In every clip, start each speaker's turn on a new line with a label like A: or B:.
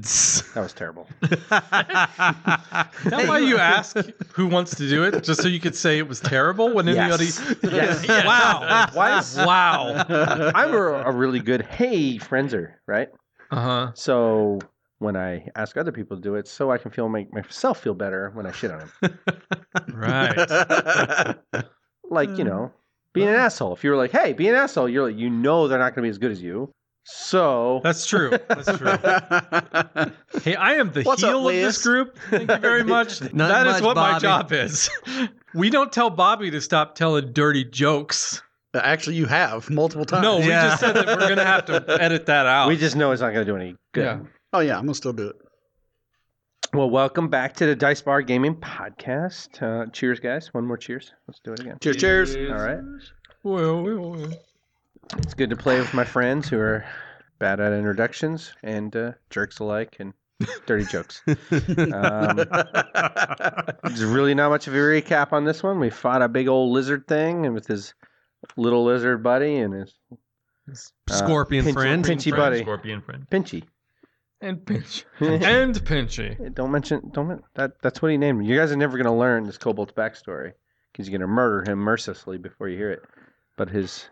A: That was terrible.
B: That's why you ask who wants to do it, just so you could say it was terrible when anybody.
A: Yes.
B: Yes. Wow.
A: Why is
B: Wow.
A: I'm a, a really good hey friendser, right?
B: Uh
C: Uh-huh.
B: huh.
A: So when I ask other people to do it, so I can feel make myself feel better when I shit on him.
B: Right.
A: Like you know, being an asshole. If you were like, hey, be an asshole, you're like, you know, they're not going to be as good as you. So
B: That's true. That's true. Hey, I am the
D: What's up,
B: heel of this
D: Liz?
B: group. Thank you very much. That is
E: Not much,
B: what my
E: Bobby.
B: job is. We don't tell Bobby to stop telling dirty jokes.
D: Actually, you have multiple times.
B: No, we
E: Yeah.
B: just said that we're going to have to edit that out.
A: we just know it's not going to do any good.
B: Yeah.
D: Oh yeah, I'm gonna still do it.
A: Well, welcome back to the Dice Bar Gaming Podcast. Uh, cheers, guys! One more cheers. Let's do it again.
D: Cheers, cheers.
A: All right.
B: Well, well, well.
A: It's good to play with my friends who are bad at introductions and uh, jerks alike and dirty jokes. Um, there's really not much of a recap on this one. We fought a big old lizard thing and with his little lizard buddy and his Uh,
E: Scorpion
A: pinchy-
E: friend.
A: pinchy
E: Friend,
A: buddy.
E: Scorpion friend.
A: Pinchy.
B: And Pinchy. and Pinchy.
A: Don't mention. Don't men- that. That's what he named him. You guys are never going to learn this kobold's backstory because you're going to murder him mercilessly before you hear it. But his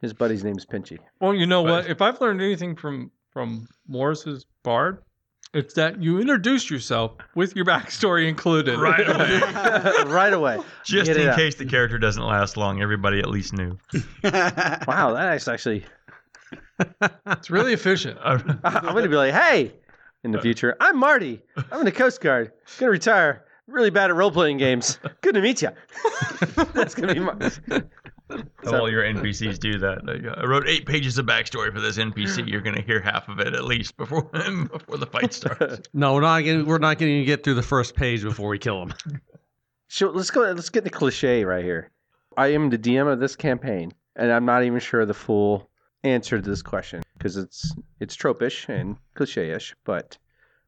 A: his buddy's name's Pinchy.
B: Well, you know what? If I've learned anything from from Morris's Bard, it's that you introduce yourself with your backstory included.
E: Right away.
A: right away.
E: Just
A: Get it
E: in
A: out.
E: case the character doesn't last long, everybody at least knew.
A: Wow, that is actually.
B: It's really efficient.
A: I'm going to be like, hey, in the future, I'm Marty. I'm in the Coast Guard. Going to retire. Really bad at role playing games. Good to meet you. that's going to be my.
E: All your NPCs do that. Like, I wrote eight pages of backstory for this NPC. You're going to hear half of it at least before before the fight starts.
C: No, we're not gonna we're not gonna even get through the first page before we kill him.
A: So let's go. Let's get the cliche right here. I am the DM of this campaign, and I'm not even sure the full answer to this question because it's it's tropish and cliche-ish. But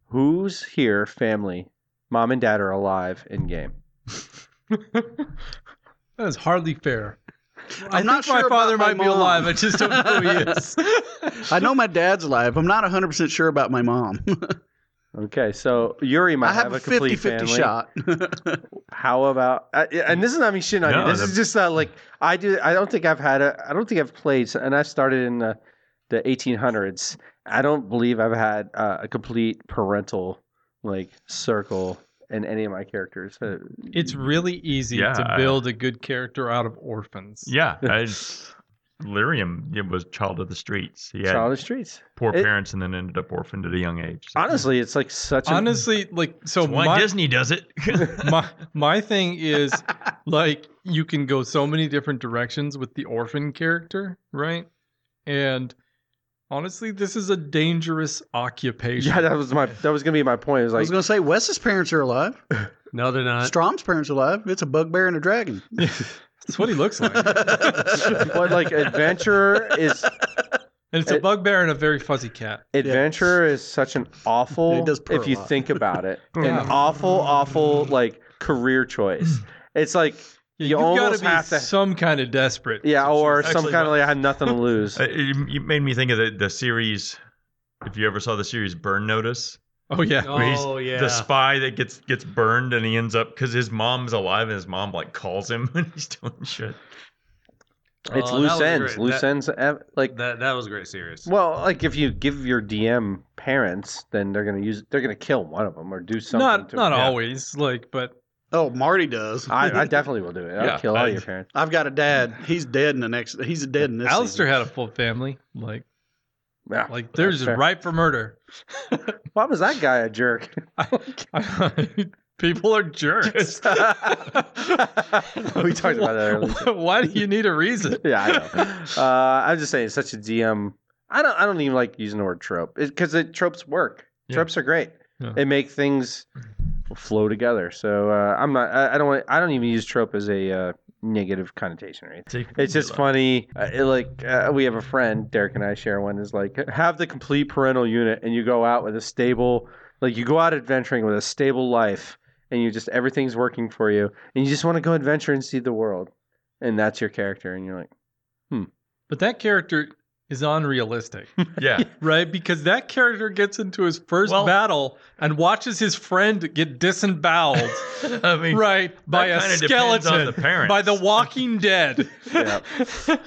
A: who's here? Family, mom and dad are alive in game.
B: That is hardly fair. i
D: I'm not
B: think my
D: sure
B: father
D: about
B: might
D: my
B: be
D: mom.
B: alive. I just don't know who he is.
D: I know my dad's alive. I'm not 100 percent sure about my mom.
A: Okay, so Yuri might
D: I have, a
A: complete
D: 50-50
A: family.
D: shot.
A: How about? I, and this is not me shitting on
E: No,
A: you. This
E: the-
A: is just uh, like I do. I don't think I've had a. I don't think I've played, and I started in the, the 1800s. I don't believe I've had uh, a complete parental like circle in any of my characters. Uh,
B: It's really easy
E: Yeah,
B: to
E: I-
B: build a good character out of orphans.
E: yeah. I, Lyrium it was child of the streets. He had
A: Child of the streets.
E: poor
A: it-
E: parents and then ended up orphaned at a young age. So-
A: Honestly, it's like such a.
B: Honestly, like so
E: That's why
B: my,
E: Disney does it.
B: my my thing is like you can go so many different directions with the orphan character, right? And honestly, this is a dangerous occupation.
A: yeah, that was my. That was gonna be my point. It was
D: I
A: like
D: was gonna say Wes's parents are alive.
C: No, they're
B: Uh,
C: not.
D: Strom's parents are alive. It's a bugbear and a dragon.
B: That's what he looks like. and
A: but like adventurer is
B: it's a bugbear and a very fuzzy cat.
A: Adventurer is such an awful,
D: It does purr
A: if
D: a
A: you
D: lot.
A: think about it, an
B: Yeah.
A: awful, awful like career choice. It's like, You
B: Yeah, You've got to
A: almost
B: be
A: have to-
B: some kind of desperate.
A: yeah, or some
E: Actually,
A: kind of
E: but-
A: like I had nothing to lose.
E: Uh, it, you made me think of the, the series. If you ever saw the series Burn Notice,
B: Oh yeah.
E: where he's
C: Oh yeah.
E: the spy that gets gets burned and he ends up because his mom's alive and his mom like calls him and he's doing shit.
C: Oh,
A: It's
C: that
A: loose
C: was
A: ends,
C: great.
A: loose
C: That-
A: ends. eh, Like,
C: That that was a great series.
A: well, like if you give your DM parents, then they're gonna use, they're gonna kill one of them or do something.
B: Not
A: to
B: not
A: them.
E: yeah.
B: always like, but
D: Oh, Marty does.
A: I, I definitely will do it. I'll
B: Yeah,
A: kill all
E: I-
A: your parents.
D: I've got a dad. He's dead in the next. He's dead in this.
B: Alistair
D: season.
B: had a full family. Like
A: Yeah.
B: like they're just
A: fair.
B: ripe for murder.
A: Why was that guy a jerk?
B: People are jerks.
A: we talked about that earlier.
B: Why do you need a reason?
A: yeah, I know. Uh, I'm just saying, it's such a DM. I don't. I don't even like using the word trope because it, tropes work.
E: Yeah.
A: Tropes are great.
B: Yeah.
A: They make things flow together. So uh, I'm not. I, I don't. want- I don't even use trope as a uh, negative connotation or anything. It's just funny. Uh, it, like uh, we have a friend, Derek and I share one. Is like have the complete parental unit, and you go out with a stable. Like you go out adventuring with a stable life, and you just everything's working for you, and you just want to go adventure and see the world, and that's your character, and you're like.
B: But that character is unrealistic,
E: Yeah.
B: right? Because that character gets into his first
E: Well-
B: battle and watches his friend get disemboweled,
E: I mean,
B: right, by a
E: that kinda depends on
B: skeleton,
E: the parents.
B: by the Walking Dead.
A: Yeah.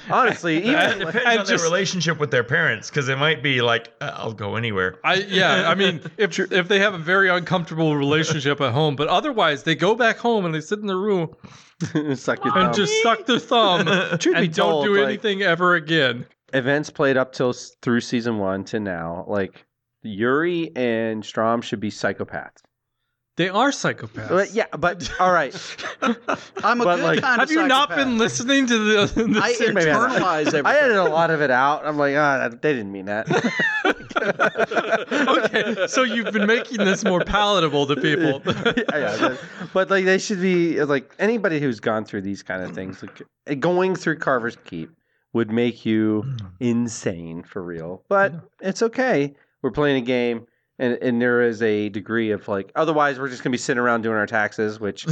A: Honestly,
E: That
A: even
E: depends
B: And
E: on
B: just-
E: their relationship with their parents, because it might be like, uh, I'll go anywhere.
B: I yeah, I mean, if if they have a very uncomfortable relationship at home, but otherwise they go back home and they sit in their room
A: suck your thumb.
B: and just suck their thumb
A: Truth be
B: and don't
A: told,
B: do
A: like,
B: anything ever again.
A: events played up till s- through season one to now, like Yuri and Strom should be psychopaths.
B: They are psychopaths.
A: But, yeah, but all right,
D: I'm a
A: But,
D: good
A: like-
D: kind of
B: Have you not
D: psychopath.
B: been listening to the? the
D: I
B: ser-
A: Maybe I'm not.
D: internalize everything.
A: I edited a lot of it out. I'm like, ah, that they didn't mean that.
B: okay, so you've been making this more palatable to people.
A: Yeah, yeah, but, but, like they should be like anybody who's gone through these kind of things, like eh, going through Carver's Keep would make you
C: Mm.
A: insane for real. But it's okay. We're playing a game, and and there is a degree of like otherwise we're just gonna be sitting around doing our taxes, which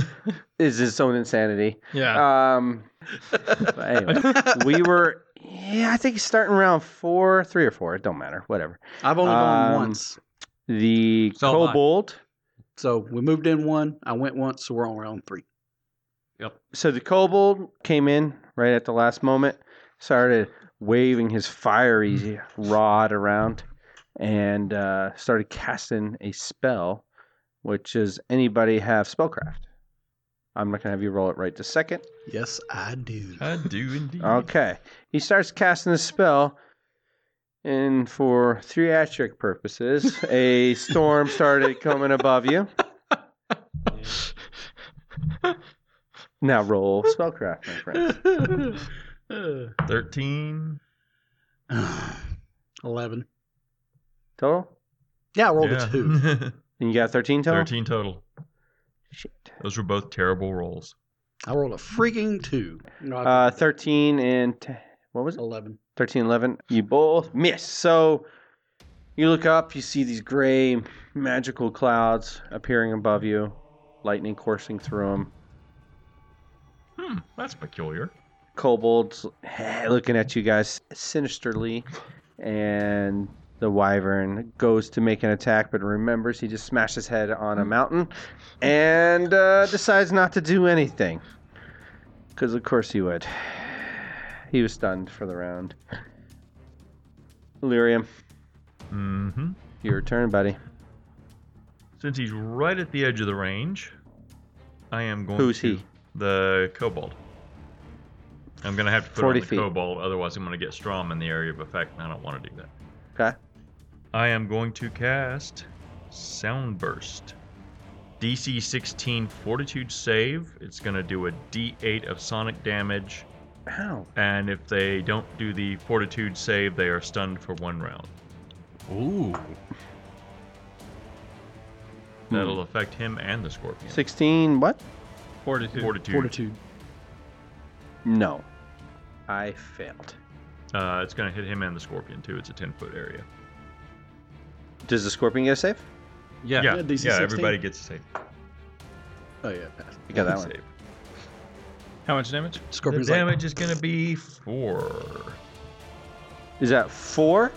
A: is its own insanity.
D: Uh,
B: yeah.
A: Um, but anyway, we were yeah, I think starting around four, three or four. It don't matter, whatever.
D: I've only gone
A: Um,
D: once.
A: The
C: So have I.
A: kobold.
D: So we moved in one. I went once, so we're on round three.
A: so the kobold came in right at the last moment, started waving his fiery rod around, and uh, started casting a spell, which is anybody have spellcraft. I'm not gonna have you roll it right this second.
D: Yes, I do.
E: I do indeed.
A: Okay. He starts casting the spell, and for theatric purposes, a storm started coming above you. Now roll spellcraft, my friend.
E: 13.
D: 11.
A: Total?
D: Yeah, I rolled
E: Yeah.
D: a two.
A: And you got 13 total?
E: 13 total.
A: Shit.
E: Those were both terrible rolls.
D: I rolled a freaking two. No, I-
A: Uh, 13 and t- what was it?
D: 11.
A: 13 11. You both miss. So you look up, you see these gray magical clouds appearing above you, lightning coursing through them.
E: Hmm, that's peculiar.
A: kobolds looking at you guys sinisterly and the wyvern goes to make an attack but remembers he just smashed his head on a mountain and uh, decides not to do anything because of course he would he was stunned for the round Illyrium,
E: hmm
A: your turn buddy
E: Since he's right at the edge of the range, I am going
A: Who's
E: to
A: he?
E: the kobold. I'm going to have to put
A: 40
E: on the
A: feet.
E: kobold, otherwise I'm going to get Strom in the area of effect, and I don't want to do that.
A: okay
E: I am going to cast Sound Burst. DC 16 Fortitude save. It's going to do a D8 of sonic damage,
A: ow
E: and if they don't do the Fortitude save, they are stunned for one round.
C: Ooh.
D: Hmm.
E: That'll affect him and the scorpion.
A: 16 what
B: Fortitude.
E: Fortitude.
D: Fortitude.
A: no i failed
E: Uh, it's going to hit him and the scorpion too. It's a 10 foot area.
A: does the scorpion get a save
C: Yeah.
E: yeah,
D: Yeah, DC
E: yeah,
D: 16.
E: everybody gets a save.
D: Oh, yeah. pass.
A: you got that one
E: Save.
B: How much damage?
E: The
D: Scorpion's like,
E: damage is going to be four.
A: Is that four?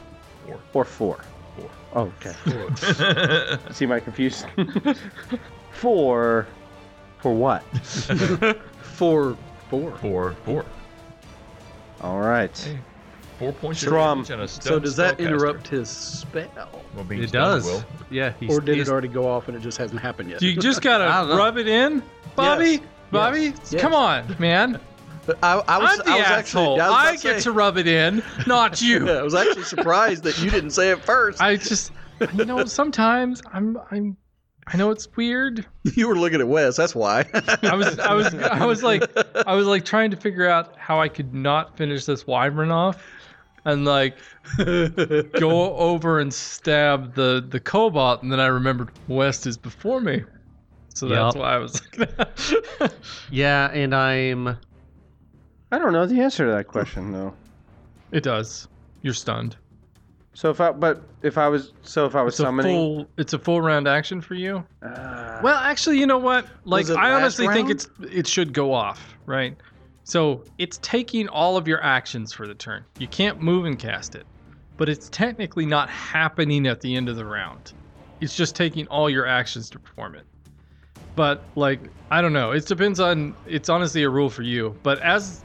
E: Four.
A: Or four?
E: Four.
A: Oh, okay. See my confusion? four. For what?
D: four, four.
E: four, four.
A: All right.
E: Four points of
A: Strum.
E: damage and a
D: So does that
E: spellcaster.
D: interrupt his spell?
E: Well, being
C: It does.
E: stunned will.
C: Yeah. He's,
D: Or did
C: he's-
D: it already go off and it just hasn't happened yet?
B: You just
C: I
B: gotta
C: don't know.
B: rub it in, Bobby.
D: Yes.
B: Bobby,
D: Yes. Yes.
B: come on, man.
D: But I, I was,
B: I'm the
D: I was
B: asshole.
D: actually. I, was
B: I,
D: about
B: get
D: say-
B: to rub it in, not you.
D: Yeah, I was actually surprised that you didn't say it first.
B: I just, you know, sometimes I'm, I'm, I know it's weird.
D: you were looking at Wes. That's why.
B: I was, I was, I was like, I was like trying to figure out how I could not finish this wyvern off, and like go over and stab the the cobalt, and then I remembered West is before me, so that's
C: Yup.
B: why I was like,
C: Yeah, and I'm.
A: I don't know the answer to that question though.
B: it does. You're stunned.
A: So if I, but if I was, so if I was
B: It's a
A: summoning,
B: full, it's a full round action for you.
A: uh,
B: Well, actually, you know what? Like,
D: Was it
B: I
D: last
B: honestly think
D: round?
B: it's it should go off, right? So it's taking all of your actions for the turn. You can't move and cast it. but it's technically not happening at the end of the round. It's just taking all your actions to perform it. But like, I don't know. It depends on. It's honestly a rule for you. But as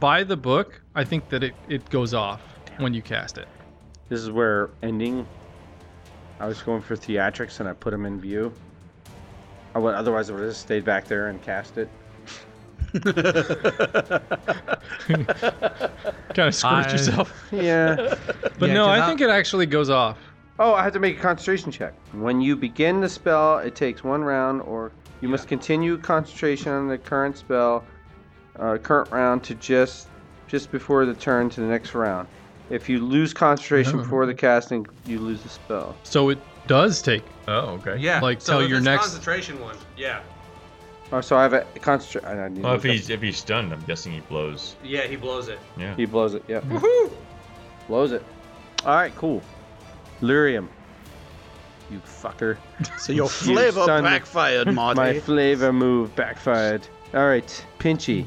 B: by the book, I think that it it goes off when you cast it.
A: This is where ending. I was going for theatrics and I put him in view. I would otherwise I would have just stayed back there and cast it.
B: Kind of screws
C: I-
B: yourself.
A: Yeah.
B: But
C: Yeah,
B: no,
C: 'cause
B: I
C: I-
B: think it actually goes off.
A: oh, I had to make a concentration check. When you begin the spell, it takes one round, or you must continue concentration on the current spell, uh, current round to just just before the turn to the next round. If you lose concentration
B: Oh.
A: before the casting, you lose the spell.
B: So it does take
E: Oh, okay.
F: Yeah.
B: Like,
F: so
B: tell
F: if
B: your
F: it's
B: next-
F: concentration one. Yeah.
A: Oh, so I have a concentration.
E: Well, if he's if he's stunned, I'm guessing he blows.
F: Yeah, he blows it.
E: Yeah.
A: he blows it. Yep.
F: Woohoo!
A: Blows it. All right, cool. Lyrium. You fucker.
D: So your
A: You
D: flavor
A: stunned me.
D: backfired, Marty.
A: My flavor move backfired. All right, Pinchy.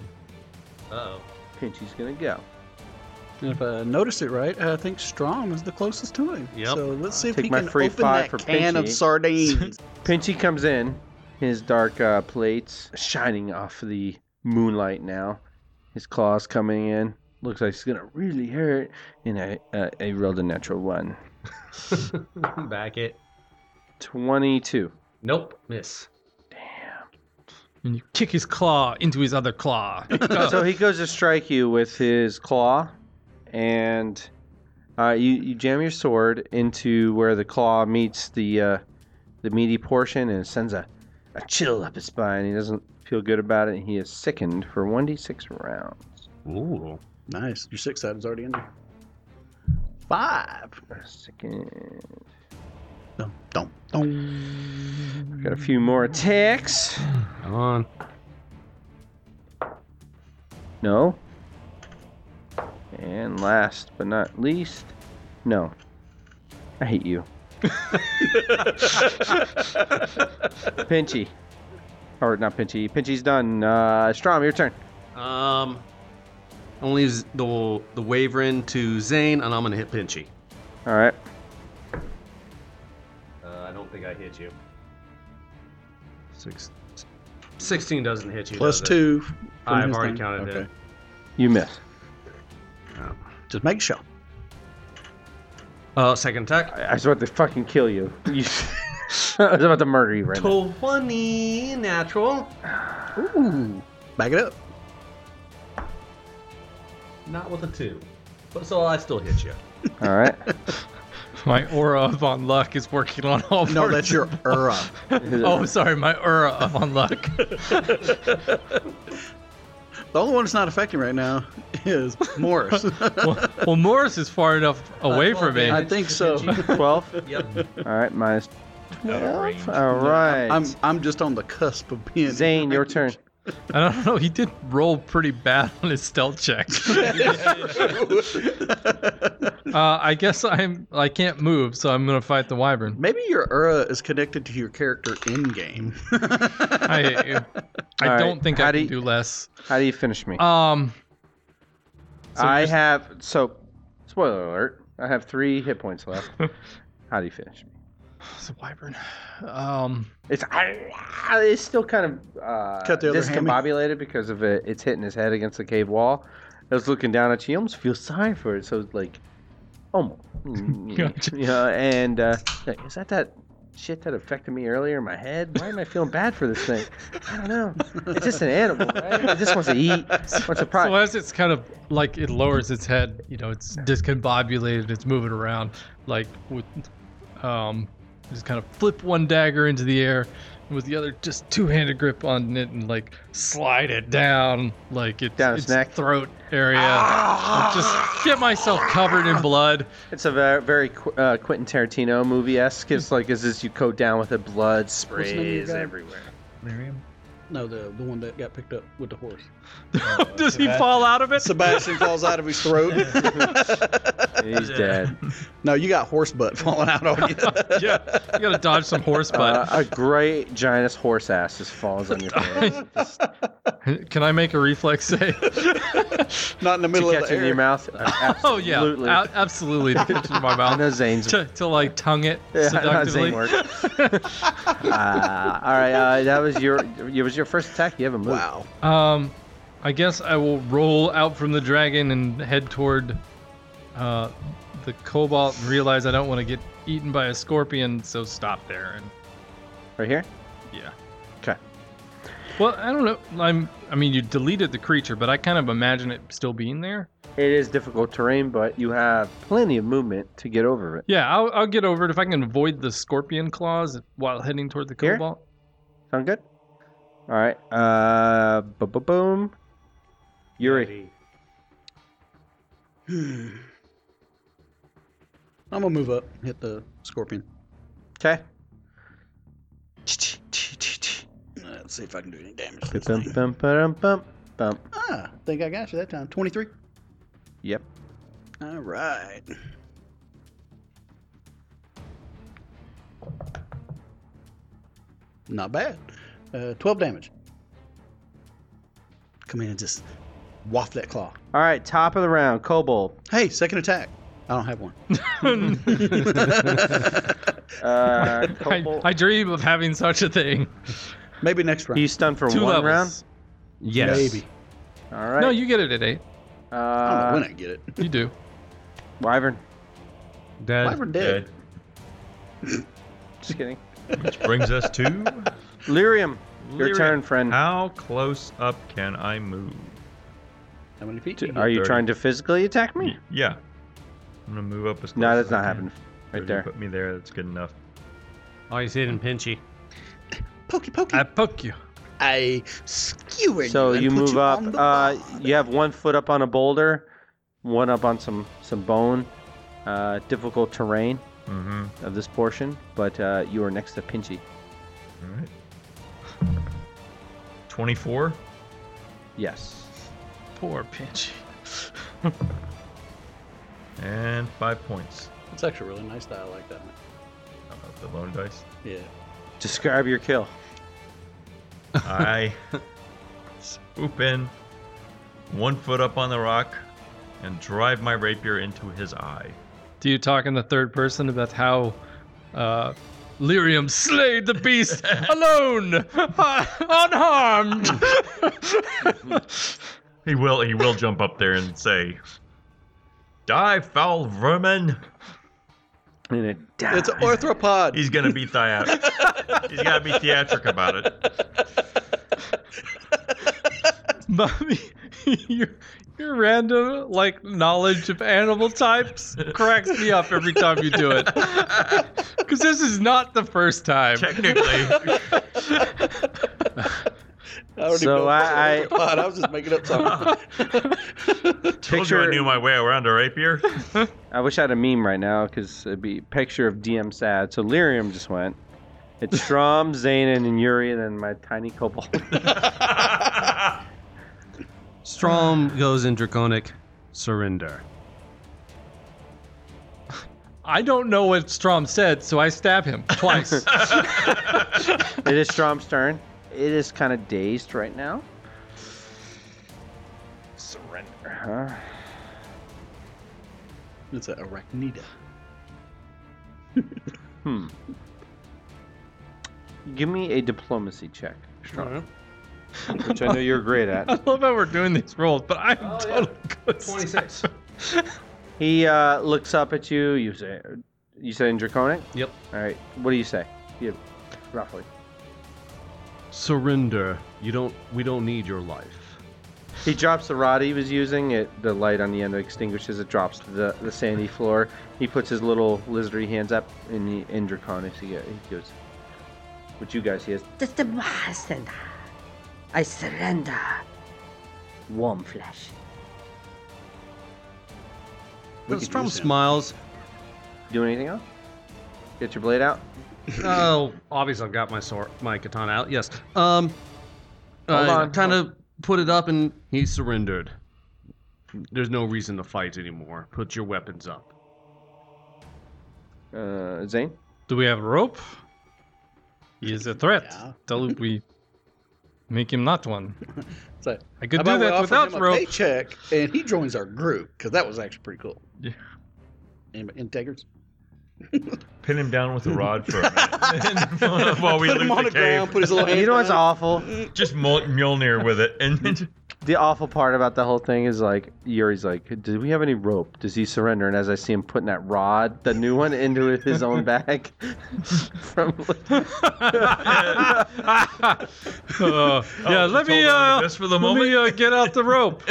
F: Uh-oh.
A: Pinchy's gonna go.
D: if I noticed it right, I think Strom is the closest to him.
F: Yep.
D: So let's see if
A: Take
D: he
A: my
D: can
A: free
D: open
A: five
D: that
A: for
D: can
A: Pinchy.
D: of sardines.
A: Pinchy comes in, his dark uh, plates shining off the moonlight now. His claws coming in. Looks like it's gonna really hurt. And I, uh, I rolled a natural one.
F: Back it.
A: 22.
F: Nope. Miss.
B: and you kick his claw into his other claw.
A: So he goes to strike you with his claw, and uh, you you jam your sword into where the claw meets the uh, the meaty portion, and it sends a, a chill up his spine. He doesn't feel good about it. and He is sickened for one d six rounds.
C: Ooh.
D: nice. Your six item's already in there. Five.
A: Sickened.
D: Dum, dum, dum.
A: Got a few more attacks.
C: Come on.
A: No. And last but not least, no. I hate you. Pinchy. Or not Pinchy. Pinchy's done. Uh, Strom, your turn.
C: Um, only z- the the Waverin to Zane, and I'm gonna hit Pinchy.
A: All right.
F: Uh, I don't think I hit you.
C: Six, 16 doesn't hit you.
D: Plus
C: does it?
D: two. from
C: I've
D: his
C: already
D: thing.
C: counted
D: okay.
C: it.
A: You miss.
C: Oh.
D: Just make sure.
C: Uh, second attack.
A: I, I was about to fucking kill you. you I was about to murder you right now.
F: 20 natural.
D: Ooh. Back it up.
F: Not with a two. But so I still hit you.
A: All right.
B: my aura of on luck is working on all
D: No,
B: parts.
D: that's your aura.
B: Oh, sorry, my aura of on luck.
D: The only one that's not affecting right now is Morris.
B: well, well, Morris is far enough away from me.
D: I think so.
A: 12.
F: Yep.
A: All right. Minus
E: Out of
A: 12.
E: range.
A: All right.
D: I'm I'm just on the cusp of being
A: Zane, your turn.
B: I don't know. He did roll pretty bad on his stealth check. uh, I guess I'm. I can't move, so I'm gonna fight the wyvern.
D: Maybe your aura is connected to your character in game.
B: I hate you.
A: All
B: I
A: right,
B: don't think
A: how
B: I
A: do
B: can
A: you-
B: do less.
A: How do you finish me?
B: Um, so
A: I
B: you're-
A: have so spoiler alert. I have three hit points left. How do you finish me?
B: it's a wyvern. Um,
A: It's it's still kind of uh,
D: Cut the other hammy.
A: discombobulated because of it. It's hitting his head against the cave wall. I was looking down at you. You almost feel sorry for it. So it's like, almost. Mm,
B: Gotcha.
A: yeah, and uh, like, is that that shit that affected me earlier in my head? Why am I feeling bad for this thing? I don't know. It's just an animal. Right? It just wants to eat. Wants to
B: so
A: probably.
B: as it's kind of like it lowers its head, you know, it's discombobulated, it's moving around, like with, um, just kind of flip one dagger into the air, and with the other just two-handed grip on it and like slide it down, like it's,
A: Down its
B: its
A: neck. Ah!
B: throat area. Like, just get myself covered in blood.
A: It's a very, very Qu- uh, Quentin Tarantino movie esque. It's like, is this you coat down with it, blood
D: name of your
A: sprays
D: guy?
A: everywhere.
E: Lyrium.
D: No, the the one that got picked up with the horse.
B: Does he fall out of it?
D: Sebastian falls out of his throat.
A: He's
E: Yeah.
A: dead.
D: no, you got horse butt falling out on you.
B: yeah, you gotta dodge some horse
A: Uh,
B: butt.
A: a great giant horse ass just falls on your face. Just Uh,
B: Can I make a reflex save?
D: Not in the middle
A: to
D: of
A: catch
D: the
A: in your
D: air.
A: mouth.
B: oh yeah,
A: Absolutely.
B: a- absolutely. To catch it in my
A: I
B: mouth
A: know Zane's.
B: to, to like tongue it
A: Yeah, I know
B: seductively.
A: Zane works. Ah, all right, uh, that was your. It was your first attack. You haven't moved.
D: Wow.
B: Um, I guess I will roll out from the dragon and head toward uh, the cobalt and realize I don't want to get eaten by a scorpion, so stop there. And
A: Right here.
B: yeah.
A: 'Kay.
B: Well, I don't know. I'm. I mean, you deleted the creature, but I kind of imagine it still being there.
A: It is difficult terrain, but you have plenty of movement to get over it.
B: Yeah, I'll, I'll get over it if I can avoid the scorpion claws while heading toward the
A: Here?
B: cobalt.
A: Sound good? All right. Uh, bu- boom. Yuri.
D: Hmm. I'm gonna move up, hit the scorpion.
A: Okay.
D: Let's see if I can do any damage. to this
A: Bum,
D: thing.
A: bum, ba-dum, bum, bum.
D: Ah, think I got you that time. Twenty-three.
A: Yep.
D: All right. Not bad. Uh, 12 damage. Come in and just waft that claw.
A: All right. Top of the round. Kobold.
D: Hey, second attack. I don't have one.
A: Uh,
B: I,
A: Kobold.
B: I dream of having such a thing.
D: Maybe next round.
A: you stunned for
B: Two
A: one
B: levels.
A: round.
C: Yes.
D: Maybe.
A: All right.
B: No, you get it at eight.
D: I don't know when
A: Uh,
D: I get it.
B: You do.
A: Wyvern.
E: Dead.
D: Why we're dead?
A: Just kidding.
E: Which brings us to
A: Lyrium. Your
E: Lyrium.
A: turn, friend.
E: how close up can I move?
D: How many feet?
A: T-
D: do you get?
A: Are you
E: thirty.
A: trying to physically attack me?
E: Yeah. I'm gonna move up as close.
A: No,
E: as
A: that's not
E: I can.
A: happening.
E: If
A: Right
E: you
A: there.
E: Put me there. That's good enough.
C: Oh, you see it in Pinchy.
D: Pokey, pokey.
B: I
D: I,
B: poke you.
D: skewer you.
A: So
D: and
A: you
D: put
A: move up.
D: on the
A: Uh,
D: bar.
A: you have one foot up on a boulder, one up on some some bone. Uh, difficult terrain
E: Mm-hmm.
A: of this portion, but uh, you are next to Pinchy.
E: All right. Twenty-four.
A: Yes.
B: Poor Pinchy.
E: And five points.
D: It's actually really nice that I like that one.
E: Uh, the lone dice.
D: Yeah.
A: Describe your kill.
E: I swoop in, one foot up on the rock, and drive my rapier into his eye.
B: Do you talk in the third person about how uh, Lyrium slayed the beast alone, uh, unharmed?
E: He will. He will jump up there and say, "Die, foul vermin!"
A: And it
D: It's
A: Ah,
D: an orthropod.
E: He's gonna be theatric. He's gotta be theatric about it.
B: Mommy, your, your random like knowledge of animal types cracks me up every time you do it. Because this is not the first time.
E: Technically,
D: I already
A: So
D: know
A: I-
D: it's an orthopod. I was just making up something.
E: told you I
A: Picture-
E: knew my way around a rapier.
A: I wish I had a meme right now because it'd be picture of DM sad. So Lyrium just went. It's Shrom, Zanin, and Yuri, and then my tiny kobold.
C: Strom goes in draconic surrender.
B: I don't know what Strom said, so I stab him twice.
A: it is Strom's turn. It is kind of dazed right now. Surrender, huh?
D: it's an arachnida.
A: Hmm. Give me a diplomacy check, Strong, which I know you're great
B: I
A: at.
B: love how we're doing these rolls, but I'm
F: Oh, yeah.
B: totally good.
F: 26.
A: He uh, looks up at you. You say, "You say in draconic."
C: Yep.
A: All right. What do you say? You, roughly.
C: Surrender. You don't. We don't need your life.
A: He drops the rod he was using. It the light on the end extinguishes. It drops to the, the sandy floor. He puts his little lizardy hands up in the in draconic. He, go- he goes. What you guys? He has
G: Just the surrender. I surrender. Warm flesh.
A: We
C: Well,
A: could
C: Strom
D: use him.
C: smiles.
A: do anything else. Get your blade out.
C: Oh, obviously I've got my sword, my katana out. Yes. Um,
A: Hold
C: uh,
A: on.
C: Kind of put it up, and he surrendered. There's no reason to fight anymore. Put your weapons up.
A: Uh, Zane?
B: Do we have rope? He is a threat.
D: Yeah.
B: Tell him we make him not one.
D: It's like,
B: I
D: how
B: could do
D: about we
B: that
D: offer
B: without
D: him a
B: rope.
D: paycheck, and he joins our group because that was actually pretty cool.
E: Yeah.
D: And integers.
E: Pin him down with a rod for a minute while we
D: put
E: loot
D: him on
E: the
D: the
E: cave.
D: ground. Put his little hands
A: You know what's
D: down.
A: awful?
E: Just Mul- Mjolnir with it, and then
A: The awful part about the whole thing is like Yuri's like, "Do we have any rope? Does he surrender?" And as I see him putting that rod, the new one, into his own bag, from
B: Uh,
C: Oh,
E: Oh,
B: yeah, let me uh,
E: just for the
B: let
E: moment.
B: me uh, get out the rope.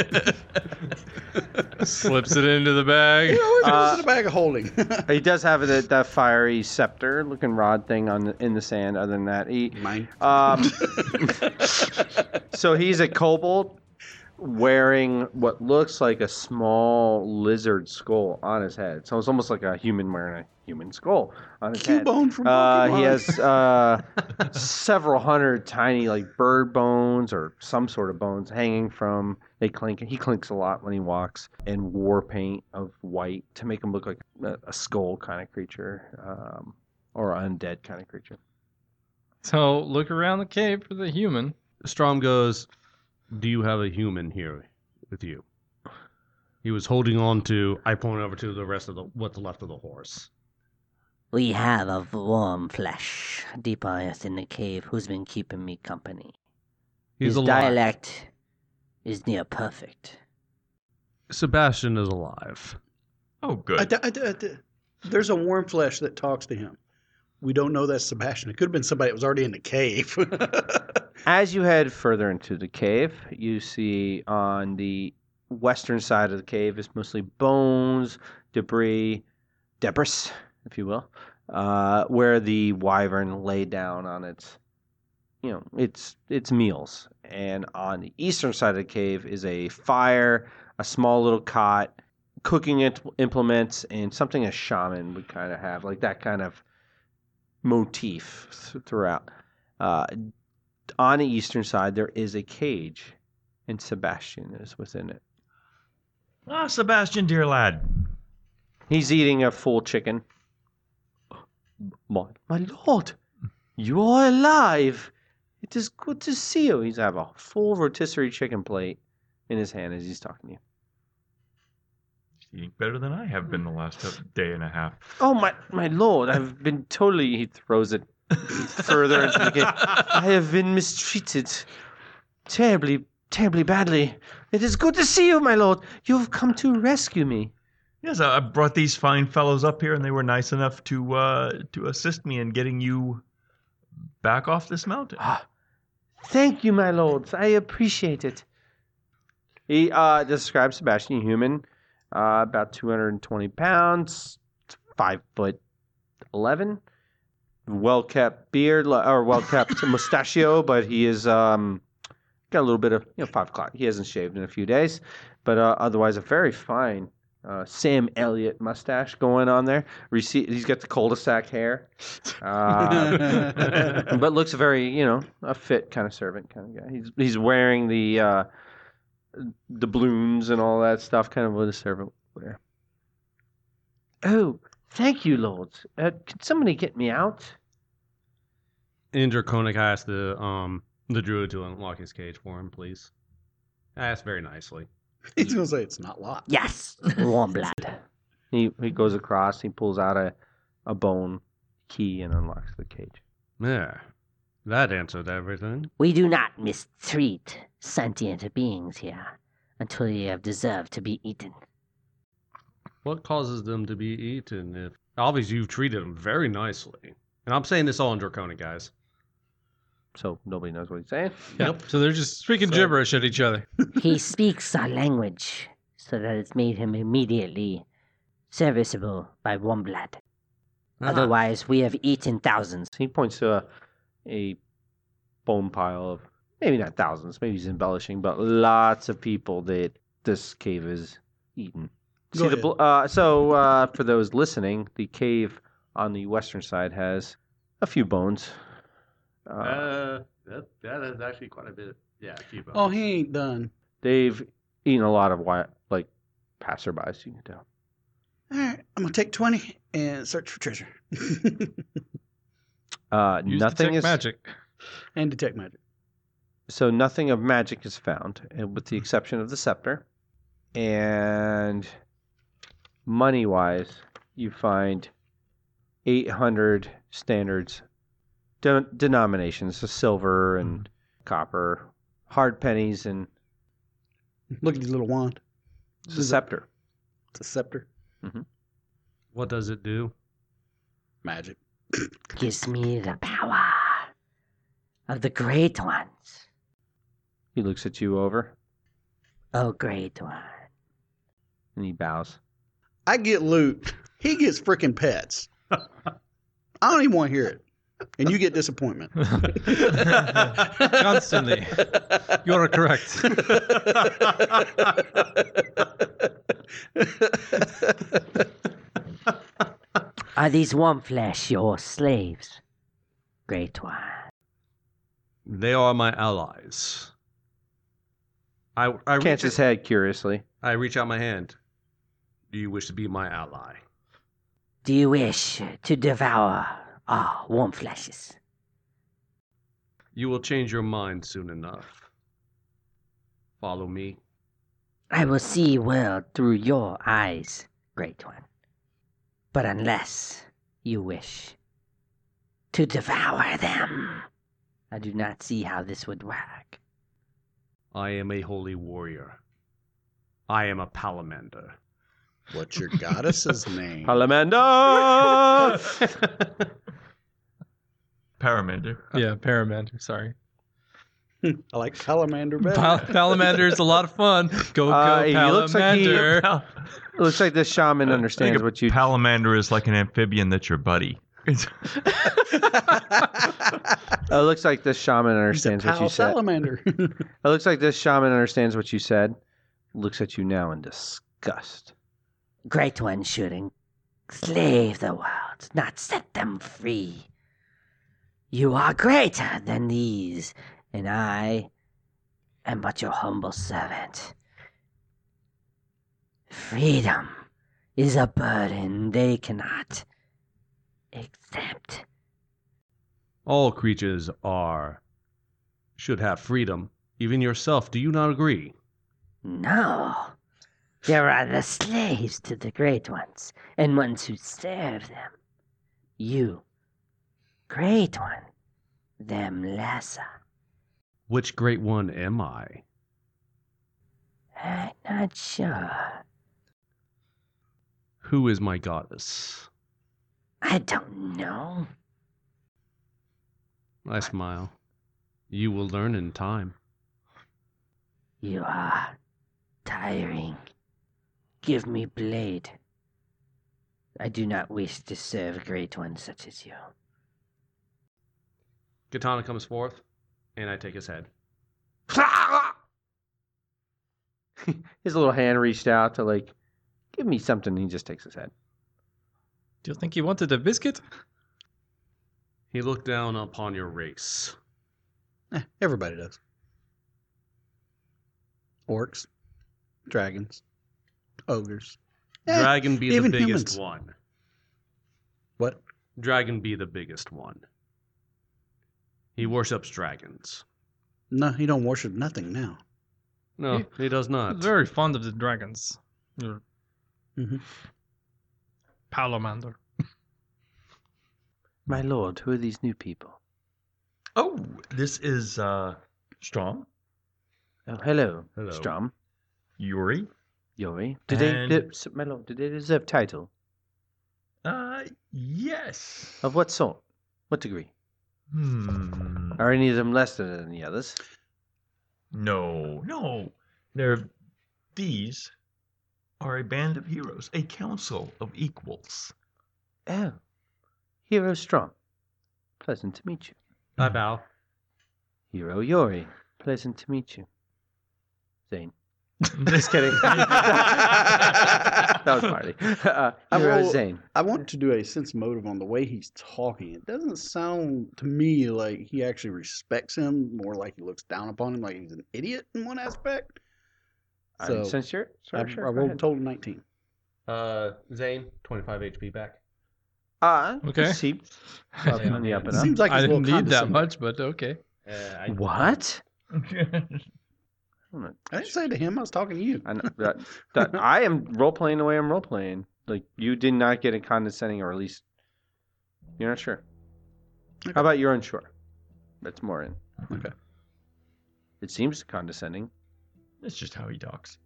B: Slips it into the bag.
D: He always
A: Uh,
D: goes in a bag of holding.
A: he does have that that fiery scepter looking rod thing on the, in the sand. Other than that, he
D: Mine.
A: um, so he's a kobold wearing what looks like a small lizard skull on his head. So it's almost like a human wearing a human skull on his head.
D: Cubone from
A: Uh,
D: Pokemon.
A: he has uh, several hundred tiny, like bird bones or some sort of bones hanging from. They clink. He clinks a lot when he walks, and war paint of white to make him look like a, a skull kind of creature, um, or undead kind of creature.
B: So look around the cave for the human.
C: Strom goes, Do you have a human here with you? He was holding on to, I point over to the rest of the, what's left of the horse.
G: We have a warm flesh deep us in the cave who's been keeping me company.
C: He's
G: His
C: alive.
G: dialect is near perfect.
C: Sebastian is alive.
E: oh,
D: I
E: good.
D: d- I d- I d- there's a warm flesh that talks to him. We don't know that's Sebastian. It could have been somebody that was already in the cave.
A: As you head further into the cave, you see on the western side of the cave is mostly bones, debris, debris, if you will, uh, where the wyvern lay down on its, you know, its its meals. And on the eastern side of the cave is a fire, a small little cot, cooking it, implements, and something a shaman would kind of have, like that kind of motif th- throughout. Uh, on the eastern side there is a cage and sebastian is within it
E: Ah, Sebastian, dear lad.
A: he's eating a full chicken my, my lord you are alive it is good to see you he's have a full rotisserie chicken plate in his hand as he's talking to you
E: Eating better than I have been the last day and a half.
A: oh my my lord i've been totally he throws it further into the cage i have been mistreated terribly terribly badly it is good to see you my lord you've come to rescue me
E: Yes, I I brought these fine fellows up here, and they were nice enough to uh, to assist me in getting you back off this mountain.
A: Ah, thank you, my lords. I appreciate it. He uh, describes Sebastian human, uh, about 220 pounds, five foot 11, well kept beard li- or well kept mustachio, but he is um, got a little bit of you know five o'clock. He hasn't shaved in a few days, but uh, otherwise a very fine. Uh, Sam Elliott mustache going on there. Rece- he's got the cul-de-sac hair. Uh, but looks very, you know, a fit kind of servant kind of guy. He's he's wearing the uh, doubloons and all that stuff, kind of what a servant would wear. Oh, thank you, lords. Uh, can somebody get me out?
C: In Draconic, I asked the, um, the druid to unlock his cage for him, please. I asked very nicely.
D: He's going to say it's not locked.
G: Yes, warm blood.
A: He he goes across. He pulls out a a bone key and unlocks the cage.
C: There. That answered everything.
G: We do not mistreat sentient beings here until they have deserved to be eaten.
C: What causes them to be eaten if. Obviously, you've treated them very nicely. And I'm saying this all in Draconic, guys.
A: So nobody knows what he's saying.
B: Yep. So they're just speaking gibberish at each other.
G: He speaks our language so that it's made him immediately serviceable by warm blood.
C: Uh-huh.
G: Otherwise, we have eaten thousands.
A: He points to a, a bone pile of maybe not thousands, maybe he's embellishing, but lots of people that this cave is eaten. See
D: Go
A: the
D: ahead.
A: bl- uh, so uh, for those listening, the cave on the western side has a few bones. Uh,
C: Uh, that, that is actually quite a bit. Yeah, keep up.
D: Oh, he ain't done.
A: They've eaten a lot of wi- like passerbys. You can tell.
D: All right, I'm gonna take twenty and search for treasure
A: Uh,
B: Use
A: nothing
B: detect
A: is
B: magic.
D: and detect magic.
A: so nothing of magic is found, and with the exception of the scepter. And money wise, you find 800 standards, de- denominations, so silver and copper, hard pennies, and
D: Look at his little wand.
A: it's a
D: Is it-
A: scepter.
D: It's a scepter.
C: Mm-hmm. What does it do?
D: Magic.
G: Gives me the power of the great ones.
A: He looks at you over
G: Oh, great one.
A: and he bows.
D: I get loot. He gets freaking pets. I don't even want to hear it. And you get disappointment.
B: Constantly. You are correct.
G: Are these one flesh your slaves? Great one.
C: They are my allies. I I
A: Cants
C: reach,
A: his head curiously.
C: I reach out my hand. Do you wish to be my ally?
G: Do you wish to devour all one fleshes?
C: You will change your mind soon enough. Follow me.
G: I will see world through your eyes, great one. But unless you wish to devour them, I do not see how this would work.
C: I am a holy warrior. I am a palamander.
D: What's your goddess's name?
A: Palamanda!
E: Paramander.
B: yeah, Paramander. Sorry.
D: I like Calamander better.
B: Pal- Palamander is a lot of fun. Go, go,
A: Uh, he looks like he-
B: Palamander.
E: Pal-
A: looks like the shaman understands
E: a
A: what you.
E: Palamander is like an amphibian that's your buddy.
A: Uh, looks like the shaman
D: He's a
A: understands what
D: pal
A: you said.
D: salamander.
A: It looks like this shaman understands what you said. Looks at you now in disgust.
G: Great one should enslave the world, not set them free. You are greater than these, and I am but your humble servant. Freedom is a burden they cannot accept.
C: All creatures are should have freedom. Even yourself, do you not agree?
G: No. There are the slaves to the great ones, and ones who serve them. You, great one, them lesser.
C: Which great one am I?
G: I'm not sure.
C: Who is my goddess?
G: I don't know.
C: I smile. You will learn in time.
G: You are tiring. Give me blade. I do not wish to serve great ones such as you.
C: Katana comes forth, and I take his head.
A: His little hand reached out to like, give me something. He just takes his head.
B: Do you think he wanted a biscuit?
C: He looked down upon your race.
D: Eh, Everybody does. Orcs, dragons, ogres. Eh,
C: Dragon be the
D: even
C: biggest
D: humans.
C: one.
D: What?
C: Dragon be the biggest one. He worships dragons.
D: No, he don't worship nothing now.
C: No, he, does not.
B: Very fond of the dragons. Your
D: Mhm.
B: Palamander.
A: My lord, who are these new people?
E: Oh, this is uh, Strom,
A: Oh, hello,
C: Hello.
A: Strom,
E: Yuri.
A: Yuri. Do they,
E: And-
A: do- s- my lord, do they deserve title?
E: Uh, yes.
A: Of what sort? What degree?
E: Hmm.
A: Are any of them lesser than the others?
E: No, no. They're these are a band of heroes, a council of equals.
A: Oh, Hero Strom, pleasant to meet you.
C: I bow.
A: Hero Yuri, pleasant to meet you. Zane, Just kidding. that was Marty. Uh, I'm
D: You know-
A: Zane.
D: I want to do a sense motive on the way he's talking. It doesn't sound to me like he actually respects him, more like he looks down upon him like he's an idiot in one aspect.
A: I
D: So
A: mean, since you're
D: I,
A: sure, sure,
D: I
A: go
D: rolled a
A: ahead.
D: total 19.
F: Uh, Zane, 25 HP back.
A: Uh,
B: Okay.
A: See, up on the up and up.
D: Seems like he's
B: I
D: a little
B: didn't need that
D: condescending.
B: much, but okay.
F: Uh, I,
A: What?
D: I didn't say to him, I was talking to you.
A: I know, that, that I am role playing the way I'm role playing. Like you did not get a condescending, or at least you're not sure. How about you're unsure? That's more in.
D: Okay.
A: It seems condescending.
E: That's just how he talks.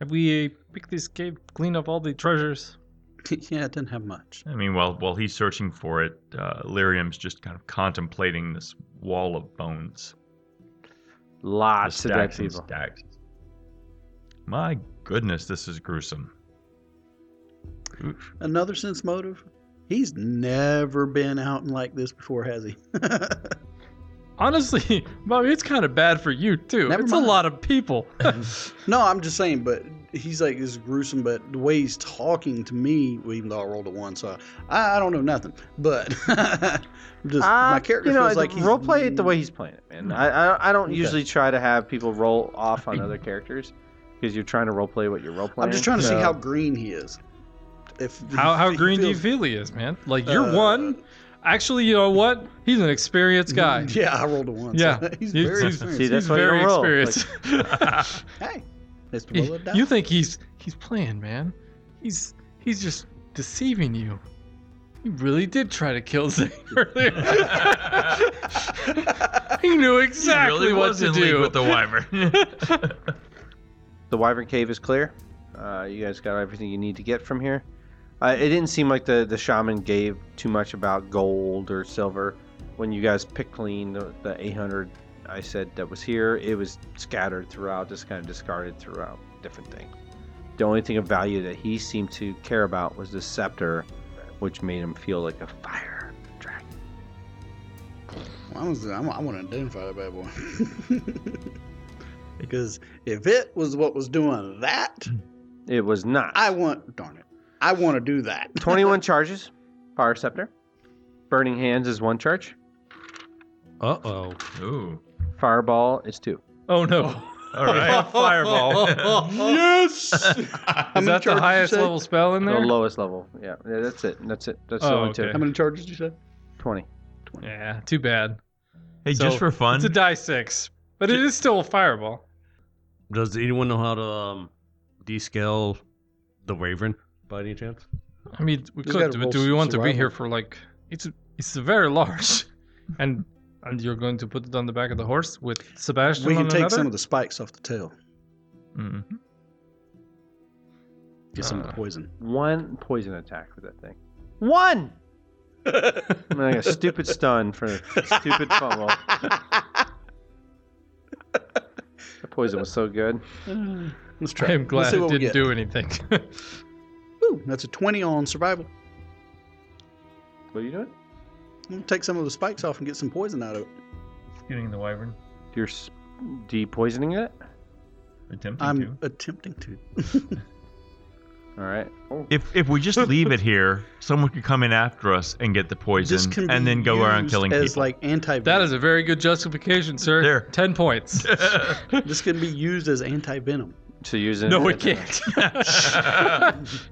B: Have we picked this cave, clean up all the treasures?
D: yeah, it didn't have much.
E: I mean, while while he's searching for it, uh, Lyrium's just kind of contemplating this wall of bones. The
A: Lots of dead
E: stacks and
A: people.
E: stacks. My goodness, this is gruesome.
D: Another sense motive? He's never been out and like this before, has he?
B: Honestly, Bobby, it's kind of bad for you too.
D: Never
B: it's
D: mind.
B: a lot of people.
D: no, I'm just saying, but he's like, this is gruesome, but the way he's talking to me, well, even though I rolled a one, so I, I don't know nothing. But just
A: Uh,
D: my character
A: you know,
D: feels like he's. mm.
A: role play it the way he's playing it, man. I I, I don't usually try to have people roll off on other characters because you're trying to role play what you're role playing.
D: I'm just trying to see
A: so-
D: how green he is. If he-
B: how how
D: he
B: green do you
D: feels-
B: feel he is, man? Like you're
D: Uh,
B: one. Actually, you know what? He's an experienced guy.
D: Yeah, I rolled a one. so
B: Yeah.
D: he's
B: He's-
D: very
B: he's-
A: See, that's
D: experienced.
B: He's
A: why you
B: very
A: roll.
B: experienced.
D: Hey, let's
B: You-
D: roll it down.
B: you think he's he's playing, man? He's he's just deceiving you. He really did try to kill Zane earlier. he knew exactly
E: he really
B: what
E: was
B: to
E: in league
B: do.
E: with the wyvern.
A: the Wyvern Cave is clear. Uh, you guys got everything you need to get from here. Uh, it didn't seem like the, the shaman gave too much about gold or silver. When you guys picked clean the, the 800 I said that was here, it was scattered throughout, just kind of discarded throughout different things. The only thing of value that he seemed to care about was the scepter, which made him feel like a fire dragon.
D: I, was, I'm, I want to identify that bad boy. because if it was what was doing that,
A: It was not.
D: I want, darn it, I want to do that.
A: 21 charges, fire scepter. Burning hands is one charge.
C: Uh oh.
E: Ooh.
A: Fireball is two.
B: oh no.
E: All right. Fireball.
B: Is
D: yes!
B: that the
D: charges you
B: highest
D: say?
B: level spell in
A: The
B: there?
A: lowest level. Yeah, yeah, that's it. That's it. That's the
B: Oh,
A: only two.
B: okay.
D: How many charges did you say?
A: 20.
B: Yeah, too bad.
E: hey,
B: So,
E: just for fun.
B: It's a die six, but it is still a fireball.
C: Does anyone know how to um, descale the Raven by any chance?
B: I mean, we
D: Just
B: could
D: gotta
B: do
D: roll
B: it. Do we want to be
D: survival.
B: here for like? It's it's very large, and and you're going to put it on the back of the horse with Sebastian.
D: We can
B: on
D: take
B: another?
D: some of the spikes off the tail.
E: Mm.
D: Get some of
B: Uh.
D: the poison.
A: One poison attack with that thing. One! I'm like a stupid stun for stupid fumble. The poison was so good.
D: Uh, Let's try.
B: I am
D: Let's
B: glad
D: see
B: it
D: what we
B: didn't
D: get.
B: do anything.
D: Ooh, that's a 20 on survival.
A: What are you doing?
D: I'm going to take some of the spikes off and get some poison out of it.
E: Getting the wyvern.
A: You're s- de-poisoning it?
E: Attempting
D: I'm
E: to.
D: attempting to.
A: All right.
E: If if we just leave it here, someone could come in after us and get the
D: This
E: poison,
D: can
E: and
D: be
E: then go around
D: used
E: killing
D: as
E: people.
D: like anti.
B: that is a very good justification, sir.
E: There.
B: Ten points.
D: This can be used as anti venom.
A: So using
B: no,
A: it
B: it can't.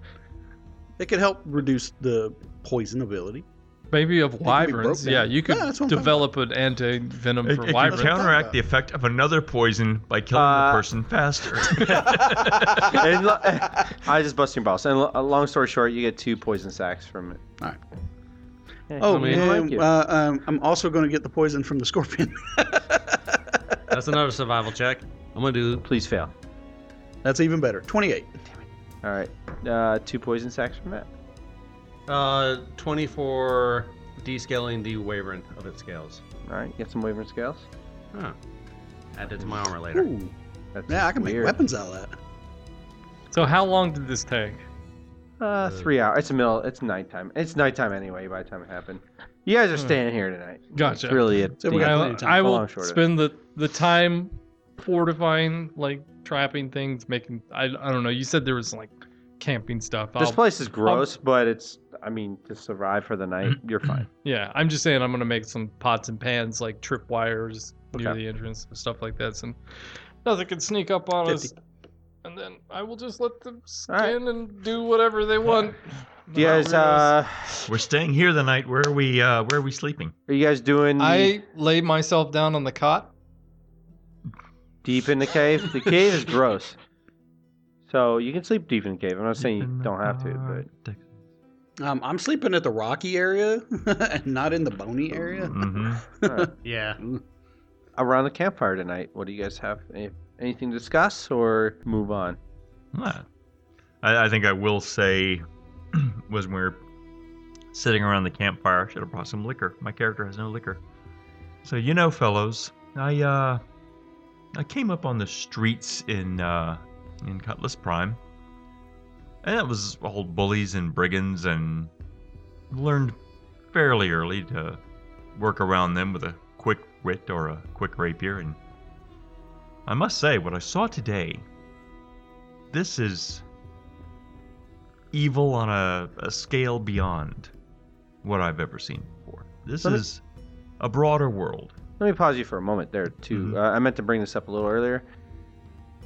D: It could help reduce the poison ability.
B: Maybe of
D: broke
B: wyverns.
D: down.
B: Yeah, you could
D: Yeah, that's what I'm talking
B: develop an anti venom
E: It,
B: for
E: it can
B: wyverns.
E: counteract the effect of another poison by killing
A: Uh,
E: the person faster.
A: And lo- I just bust your balls. And lo- uh, long story short, you get two poison sacks from it.
D: All right.
A: Yeah,
D: Oh,
A: I mean, I like
D: and,
A: you.
D: uh, um, I'm also going to get the poison from the scorpion.
C: That's another survival check. I'm gonna do
A: Please fail.
D: That's even better. 28.
A: All right. Uh, two poison sacks from it.
C: uh, 24 descaling the Wyvern of its scales.
A: All right. Get some wavering scales.
C: Huh. Add it to my armor later.
D: Ooh,
A: That's
D: yeah, I can
A: weird.
D: make weapons out of that.
B: So how long did this take?
A: Uh, three hours. It's a middle. It's nighttime. It's nighttime anyway. By the time it happened, you guys are staying here tonight.
B: Gotcha.
A: It's really it.
D: So we got
B: I,
D: plenty of time.
B: I
A: Long
B: will
A: short of it.
B: spend the, the time fortifying, like trapping things, making. I, I don't know. You said there was like camping stuff.
A: This
B: I'll-
A: place is gross, but it's. I mean, to survive for the night, you're fine.
B: yeah, I'm just saying I'm gonna make some pots and pans, like trip wires near
A: Okay.
B: the entrance and stuff like that. So nothing can sneak up on us. And then I will just let them skin
A: right.
B: and do whatever they want.
A: Do you guys, uh,
E: We're staying here the night. Where are we? Uh, where are we sleeping?
A: are you guys doing
B: I lay myself down on the cot.
A: deep in the cave? The cave is gross, so you can sleep deep in the cave. I'm not saying you don't have to, but
D: Um, I'm sleeping at the rocky area and not in the bony area.
E: hmm
C: Yeah.
A: uh, around the campfire tonight. What do you guys have? Any- Anything to discuss or move on?
E: Nah. I, I think I will say, was when we were sitting around the campfire, I should have brought some liquor. My character has no liquor. So you know, fellows, I uh, I came up on the streets in uh, in Cutlass Prime, and it was all bullies and brigands, and learned fairly early to work around them with a quick wit or a quick rapier. And I must say, what I saw today this is evil on a, a scale beyond what I've ever seen before. This
A: Let me-
E: is a broader world.
A: Let me pause you for a moment there, too.
E: Mhm.
A: Uh, I meant to bring this up a little earlier.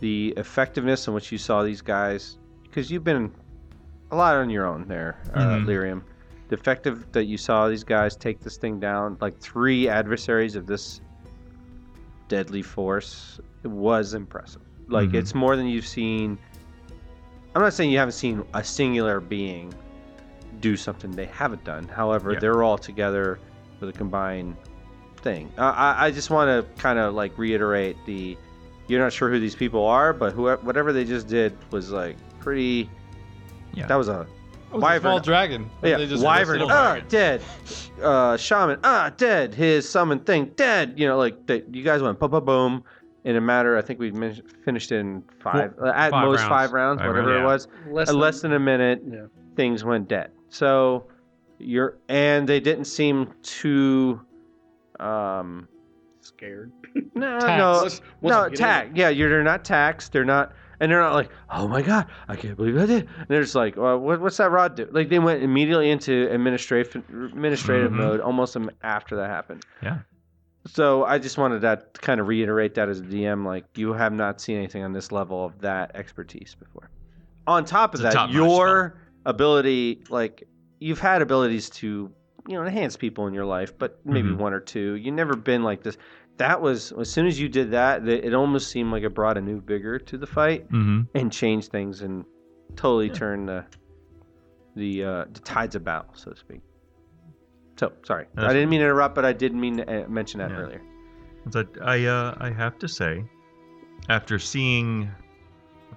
A: The effectiveness in which you saw these guys, because you've been a lot on your own there, uh,
E: Mhm.
A: Lyrium. The effective that you saw these guys take this thing down, like three adversaries of this deadly force, it was impressive. Like,
E: Mhm.
A: it's more than you've seen. I'm not saying you haven't seen a singular being do something they haven't done. However,
E: Yeah.
A: they're all together with a combined thing. Uh, I, I just want to kind of like reiterate the you're not sure who these people are, but whoever, whatever they just did was like pretty.
E: Yeah.
A: That was a
B: It was a
A: Wyvern.
B: small dragon. that
A: yeah,
B: they just
A: wyvern.
B: roasted
A: Ah,
B: alive.
A: dead. Uh, shaman. Ah, dead. His summon thing. Dead. You know, like that. You guys went boom, boom, boom. In a matter, I think we min- finished in five, uh, at
C: five
A: most
C: rounds.
A: five rounds,
E: Five
A: whatever
E: rounds.
A: it was.
D: Less
A: Uh, less than a minute,
D: Yeah.
A: things went dead. So you're, and they didn't seem too, um,
D: scared.
A: no,
B: Taxed.
A: no,
D: Let's- let's
A: no,
D: get in.
A: tax. Yeah, you're, they're not taxed. They're not, and they're not like, oh my god, I can't believe I did. And they're just like, well, what, what's that rod do? Like they went immediately into administrative administrative
E: Mhm.
A: mode almost im- after that happened.
E: Yeah.
A: So I just wanted that to kind of reiterate that as a DM, like you have not seen anything on this level of that expertise before. On top of
E: It's a
A: that,
E: top-notch
A: your ability, like you've had abilities to, you know, enhance people in your life, but maybe
E: Mhm.
A: one or two. You've never been like this. That was as soon as you did that, that it almost seemed like it brought a new vigor to the fight
E: Mm-hmm.
A: and changed things and totally
E: Yeah.
A: turned the the uh, the tides of battle, so to speak. So sorry,
E: That's
A: I didn't mean to interrupt, but I did mean to uh, mention that
E: Yeah.
A: earlier.
E: But I uh, I have to say, after seeing,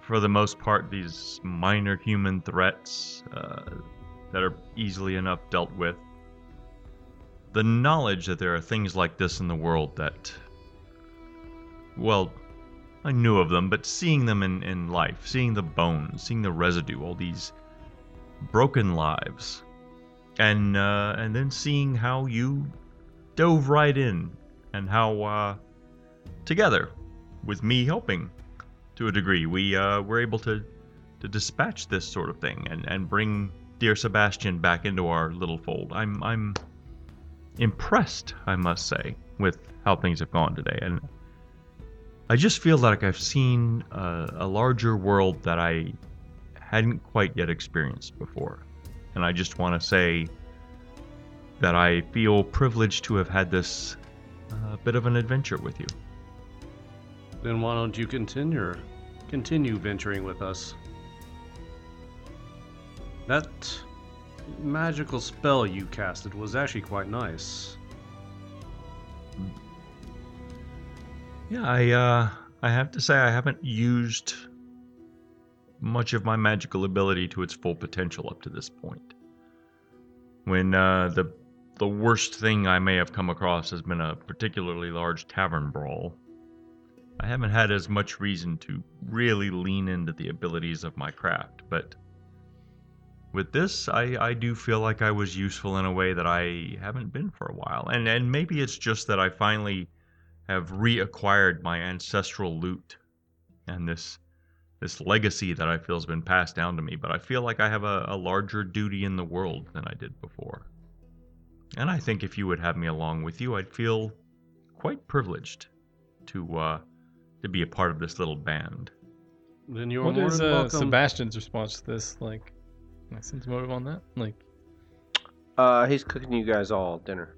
E: for the most part, these minor human threats uh, that are easily enough dealt with, the knowledge that there are things like this in the world that, well, I knew of them, but seeing them in, in life, seeing the bones, seeing the residue, all these broken lives, and uh, and then seeing how you dove right in and how uh, together, with me helping to a degree, we uh, were able to to dispatch this sort of thing and, and bring dear Sebastian back into our little fold. I'm I'm impressed, I must say, with how things have gone today, and I just feel like I've seen uh, a, a larger world that I hadn't quite yet experienced before, and I just want to say. That I feel privileged to have had this a bit of an adventure with you.
C: Then why don't you continue continue venturing with us? That magical spell you casted was actually quite nice.
E: Yeah, I uh, I have to say I haven't used much of my magical ability to its full potential up to this point. When uh, the the worst thing I may have come across has been a particularly large tavern brawl. I haven't had as much reason to really lean into the abilities of my craft, but with this, I, I do feel like I was useful in a way that I haven't been for a while. And and maybe it's just that I finally have reacquired my ancestral loot and this this legacy that I feel has been passed down to me. But I feel like I have a, a larger duty in the world than I did before. And I think if you would have me along with you, I'd feel quite privileged to uh, to be a part of this little band.
C: Then you're
B: What
C: more
B: is
C: than
B: uh,
C: welcome.
B: Sebastian's response to this? Like, Maxon's motive on that? Like,
A: Uh, he's cooking you guys all dinner.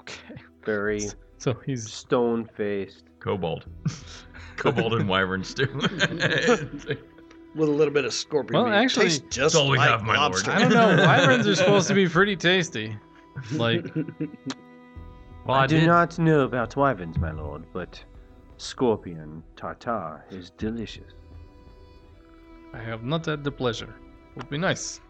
B: okay.
A: Very
B: So he's
A: stone faced.
E: Cobalt, Cobalt and Wyvern stew. it's
D: with a little bit of scorpion.
B: Well,
D: meat.
B: actually-
D: Tastes just
E: all we
D: like
E: have, my lord.
D: lobster.
B: I don't know. Wyverns are supposed to be pretty tasty. Like,
A: Well,
B: I
A: I, do
B: did-
A: not know about wyverns, my lord, but scorpion tartar is delicious.
B: I have not had the pleasure. Would be nice.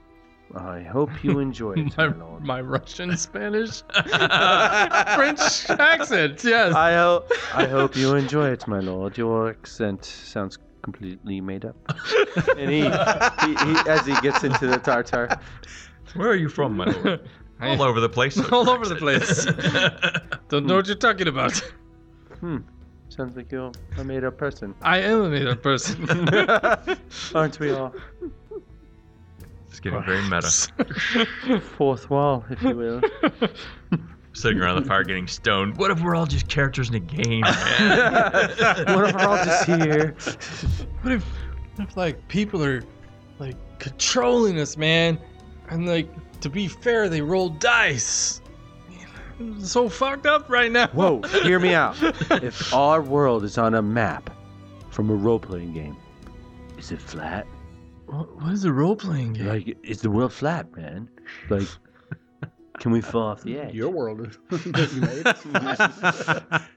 A: I hope you enjoy it,
B: my,
A: my lord.
B: my Russian, Spanish, French accent. Yes.
A: I hope I hope you enjoy it, my lord. Your accent sounds completely made up. and he, he, he as he gets into the tartar,
E: Where are you from, my lord?
B: I-
E: All over the place.
B: All over the place. Don't know what you're talking about.
A: sounds like you're a made up person.
B: I am a made-up person.
A: Aren't we all?
E: it's getting very meta.
A: Fourth wall, if you will.
E: Sitting around the fire getting stoned. What if we're all just characters in a game, man?
A: what if we're all just here?
B: What if, what if like people are like controlling us, man? And like to be fair, they roll dice. Man, I'm so fucked up right now.
A: Whoa, hear me out. If our world is on a map from a role playing game, is it flat?
B: What, what is a role-playing game?
A: Like, is the world flat, man? Like, can we fall off the edge?
D: Your world. that you made.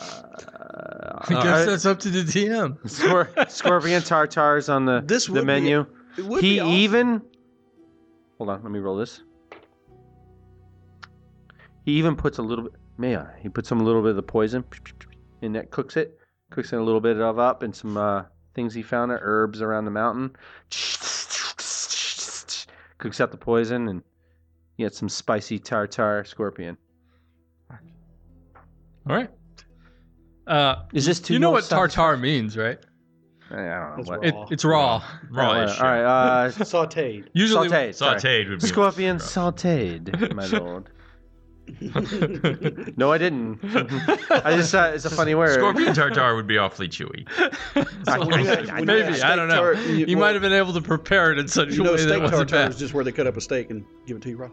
A: Uh,
B: I guess that's up to the DM.
A: Scor- Scorpion tartars on the
D: This would
A: the
D: be-
A: menu.
D: It would
A: he
D: be awesome.
A: even hold on. Let me roll this. He even puts a little bit. Man, he puts some little bit of the poison, and that cooks it. Cooks in a little bit of up and some uh, things he found, uh, herbs around the mountain. Cooks out the poison and you get some spicy tartar scorpion.
B: All right. Uh,
A: Is this too?
B: you know
A: north,
B: what
A: south?
B: tartar means, right?
A: I don't know
D: That's
A: what.
B: It,
D: right.
B: it's raw.
E: Raw
A: all
E: as shit.
A: right, uh,
D: sauteed.
B: Usually,
A: sauteed. sorry.
E: Sauteed would be
A: Scorpion
E: rough.
A: sauteed, my lord. No, I didn't. I just thought it's a funny word.
E: Scorpion tartar would be awfully chewy.
D: When you have
B: maybe
D: steak
B: I don't know.
D: tar- you-
B: You
D: well,
B: might have been able to prepare it in such
D: You
B: a
D: know,
B: way that it
D: steak
B: wasn't
D: tartare
B: bad.
D: is just where they cut up a steak and give it to you raw.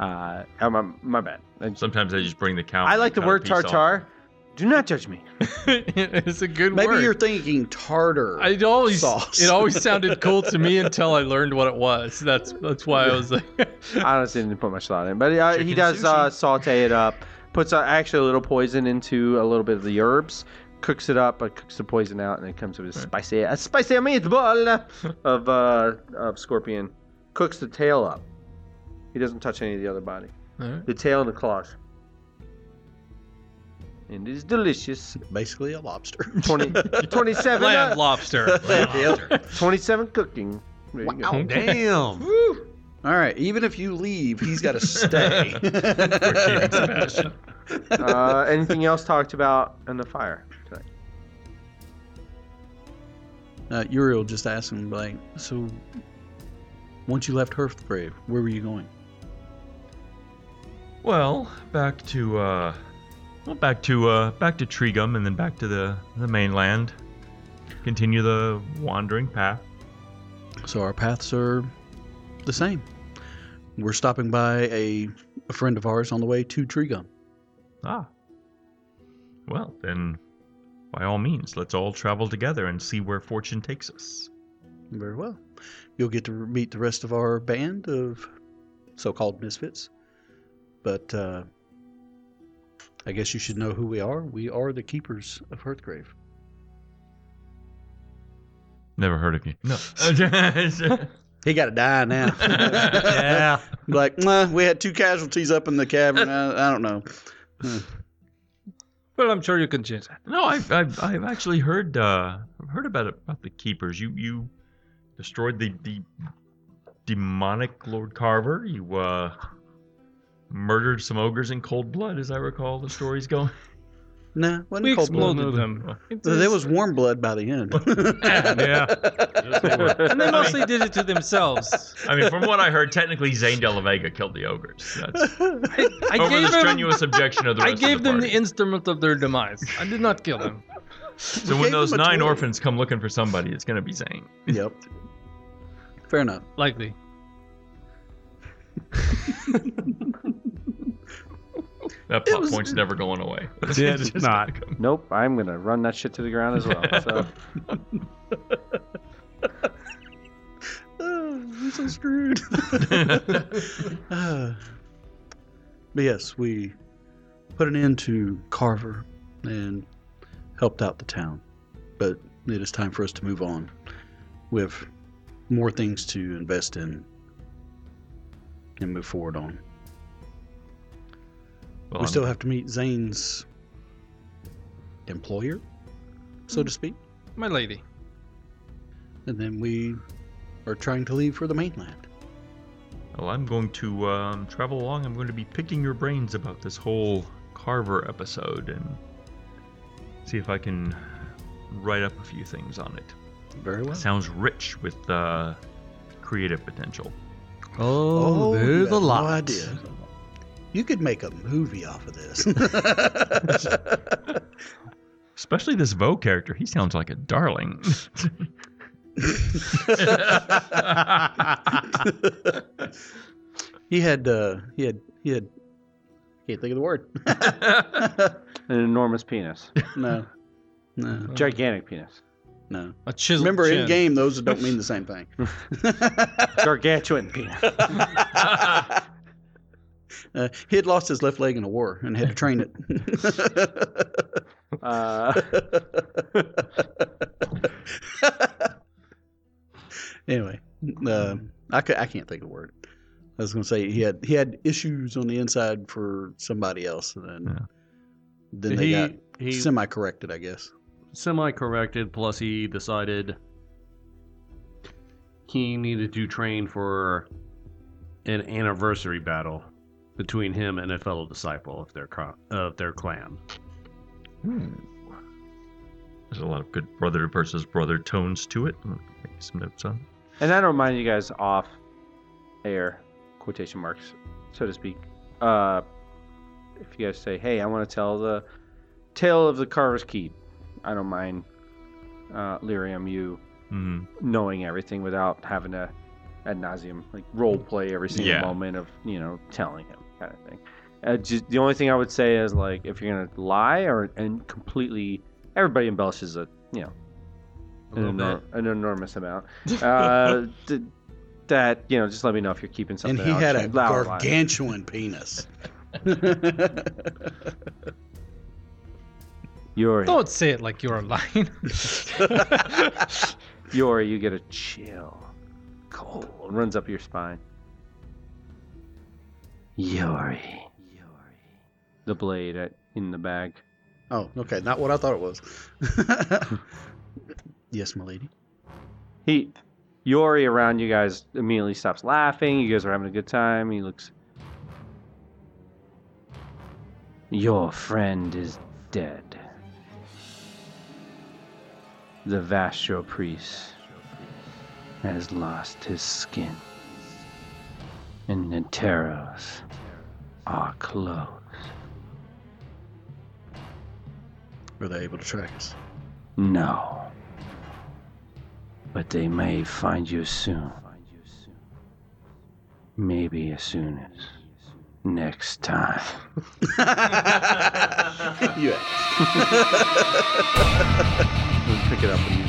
A: Uh, I'm, I'm- my bad. I,
E: Sometimes I just bring the cow.
A: I
E: and
A: like the
E: cut a
A: word
E: piece off.
A: tartar. Do not judge me.
B: it's a good
D: Maybe
B: word.
D: you're thinking tartar.
B: I always
D: sauce.
B: it always sounded cool to me until I learned what it was. That's that's why I was like,
A: I honestly didn't put much thought in, but uh, he
E: Chicken
A: does uh,
E: sushi.
A: saute it up. Puts uh, actually a little poison into a little bit of the herbs. Cooks it up, uh, cooks the poison out, and it comes with a spicy, a spicy meatball of uh, of scorpion. Cooks the tail up. He doesn't touch any of the other body.
B: Alright.
A: The tail and the claws. And it is delicious.
D: Basically, a lobster.
A: 20, 27,
B: lamb
A: uh,
B: lobster.
D: Yep.
A: 27 cooking. There you go.
C: Damn.
D: All right. Even if you leave, he's got to stay.
A: Uh, anything else talked about in the fire? tonight?
D: uh, Uriel just asked him, like, so once you left Hearthgrave, where were you going?
E: Well, back to uh, well, back to uh, back to Tregum, and then back to the the mainland. Continue the wandering path.
D: So our paths are the same. We're stopping by a, a friend of ours on the way to Tree Gum.
E: Ah. Well, then, by all means, let's all travel together and see where fortune takes us.
D: Very well. You'll get to meet the rest of our band of so called misfits. But uh, I guess you should know who we are. We are the keepers of Hearthgrave.
E: Never heard of you. No.
D: He got to die now.
C: Yeah.
D: like, "Nah, we had two casualties up in the cavern. I, I don't know.
B: Well, I'm sure you can change that.
E: No, I've, I've, I've actually heard uh, I've heard about it, about the keepers. You you destroyed the the demonic Lord Carver. You uh murdered some ogres in cold blood, as I recall the story's going.
D: Nah, wasn't
B: We
D: cold blood.
B: exploded them.
D: There was warm blood by the end.
C: Yeah.
B: and they mostly did it to themselves.
E: I mean, from what I heard, technically Zane Delavega killed the ogres. That's
B: I
E: over the
B: gave them,
E: strenuous objection of the
B: I
E: rest
B: gave
E: of the
B: them the
E: party.
B: instrument of their demise. I did not kill them.
E: So
D: We
E: when
D: gave
E: those
D: them a
E: nine
D: toy.
E: orphans come looking for somebody, it's gonna be Zane.
D: yep. Fair enough.
B: Likely.
E: That
D: It
E: plot
D: was-
E: point's never going away.
C: Yeah, it's
E: just
C: not.
E: gonna come.
A: Nope, I'm gonna run that shit to the ground as well. So
D: Oh, I'm so screwed. Uh, but yes, we put an end to Carver and helped out the town. But it is time for us to move on. We have more things to invest in and move forward on. we
E: Well, I'm-
D: still have to meet Zane's employer, so to speak.
B: My lady.
D: And then we are trying to leave for the mainland.
E: well, I'm going to um, travel along. I'm going to be picking your brains about this whole Carver episode and see if I can write up a few things on it.
D: Very well.
E: Sounds rich with uh, creative potential.
C: Oh,
D: you
C: there's
D: have
C: a lot.
D: No idea. You could make a movie off of this.
E: Especially this Vo character. He sounds like a darling.
D: he had, uh, he had, he had. Can't think of the word.
A: an enormous penis,
D: no,
C: Uh,
D: no,
A: gigantic penis,
D: no.
B: A chisel.
D: Remember,
B: chin.
D: in game, those don't mean the same thing.
A: gargantuan penis.
D: Uh, he had lost his left leg in a war and had to train it.
A: Uh,
D: anyway, um I ca- I can't think of the word. I was going to say he had he had issues on the inside for somebody else, and then
E: Yeah.
D: then they got
C: he he
D: semi corrected, I guess.
C: semi corrected. Plus, he decided he needed to train for an anniversary battle between him and a fellow disciple of their cro- of their clan.
E: There's a lot of good brother versus brother tones to it. I'm gonna make some notes on.
A: and I don't mind you guys off air quotation marks, so to speak. Uh, if you guys say, "Hey, I want to tell the tale of the Carver's Keep," I don't mind. Uh, Lyrium, you
E: Mm.
A: knowing everything without having to ad nauseum like role play every single
E: Yeah.
A: moment of you know telling him kind of thing. Uh, just, the only thing I would say is like if you're gonna lie or and completely everybody embellishes a you know an, enor- an enormous amount. Uh, th- that you know just let me know if you're keeping something.
D: and he
A: out,
D: had
A: just
D: a
A: allow lie.
D: gargantuan penis.
A: Yori,
B: Don't say it like you're lying.
A: Yori, you get a chill, cold, runs up your spine.
G: Yori.
A: The blade at, in the bag.
D: oh, okay, not what I thought it was. yes, my lady.
A: He, Yori around you guys immediately stops laughing. You guys are having a good time. He looks.
G: Your friend is dead.
A: The Vastro priest
G: has lost his skin. And the Taros are closed.
D: Were they able to track us?
G: No. But they may find you soon. Maybe as soon as next time.
D: yeah.
A: pick it up when you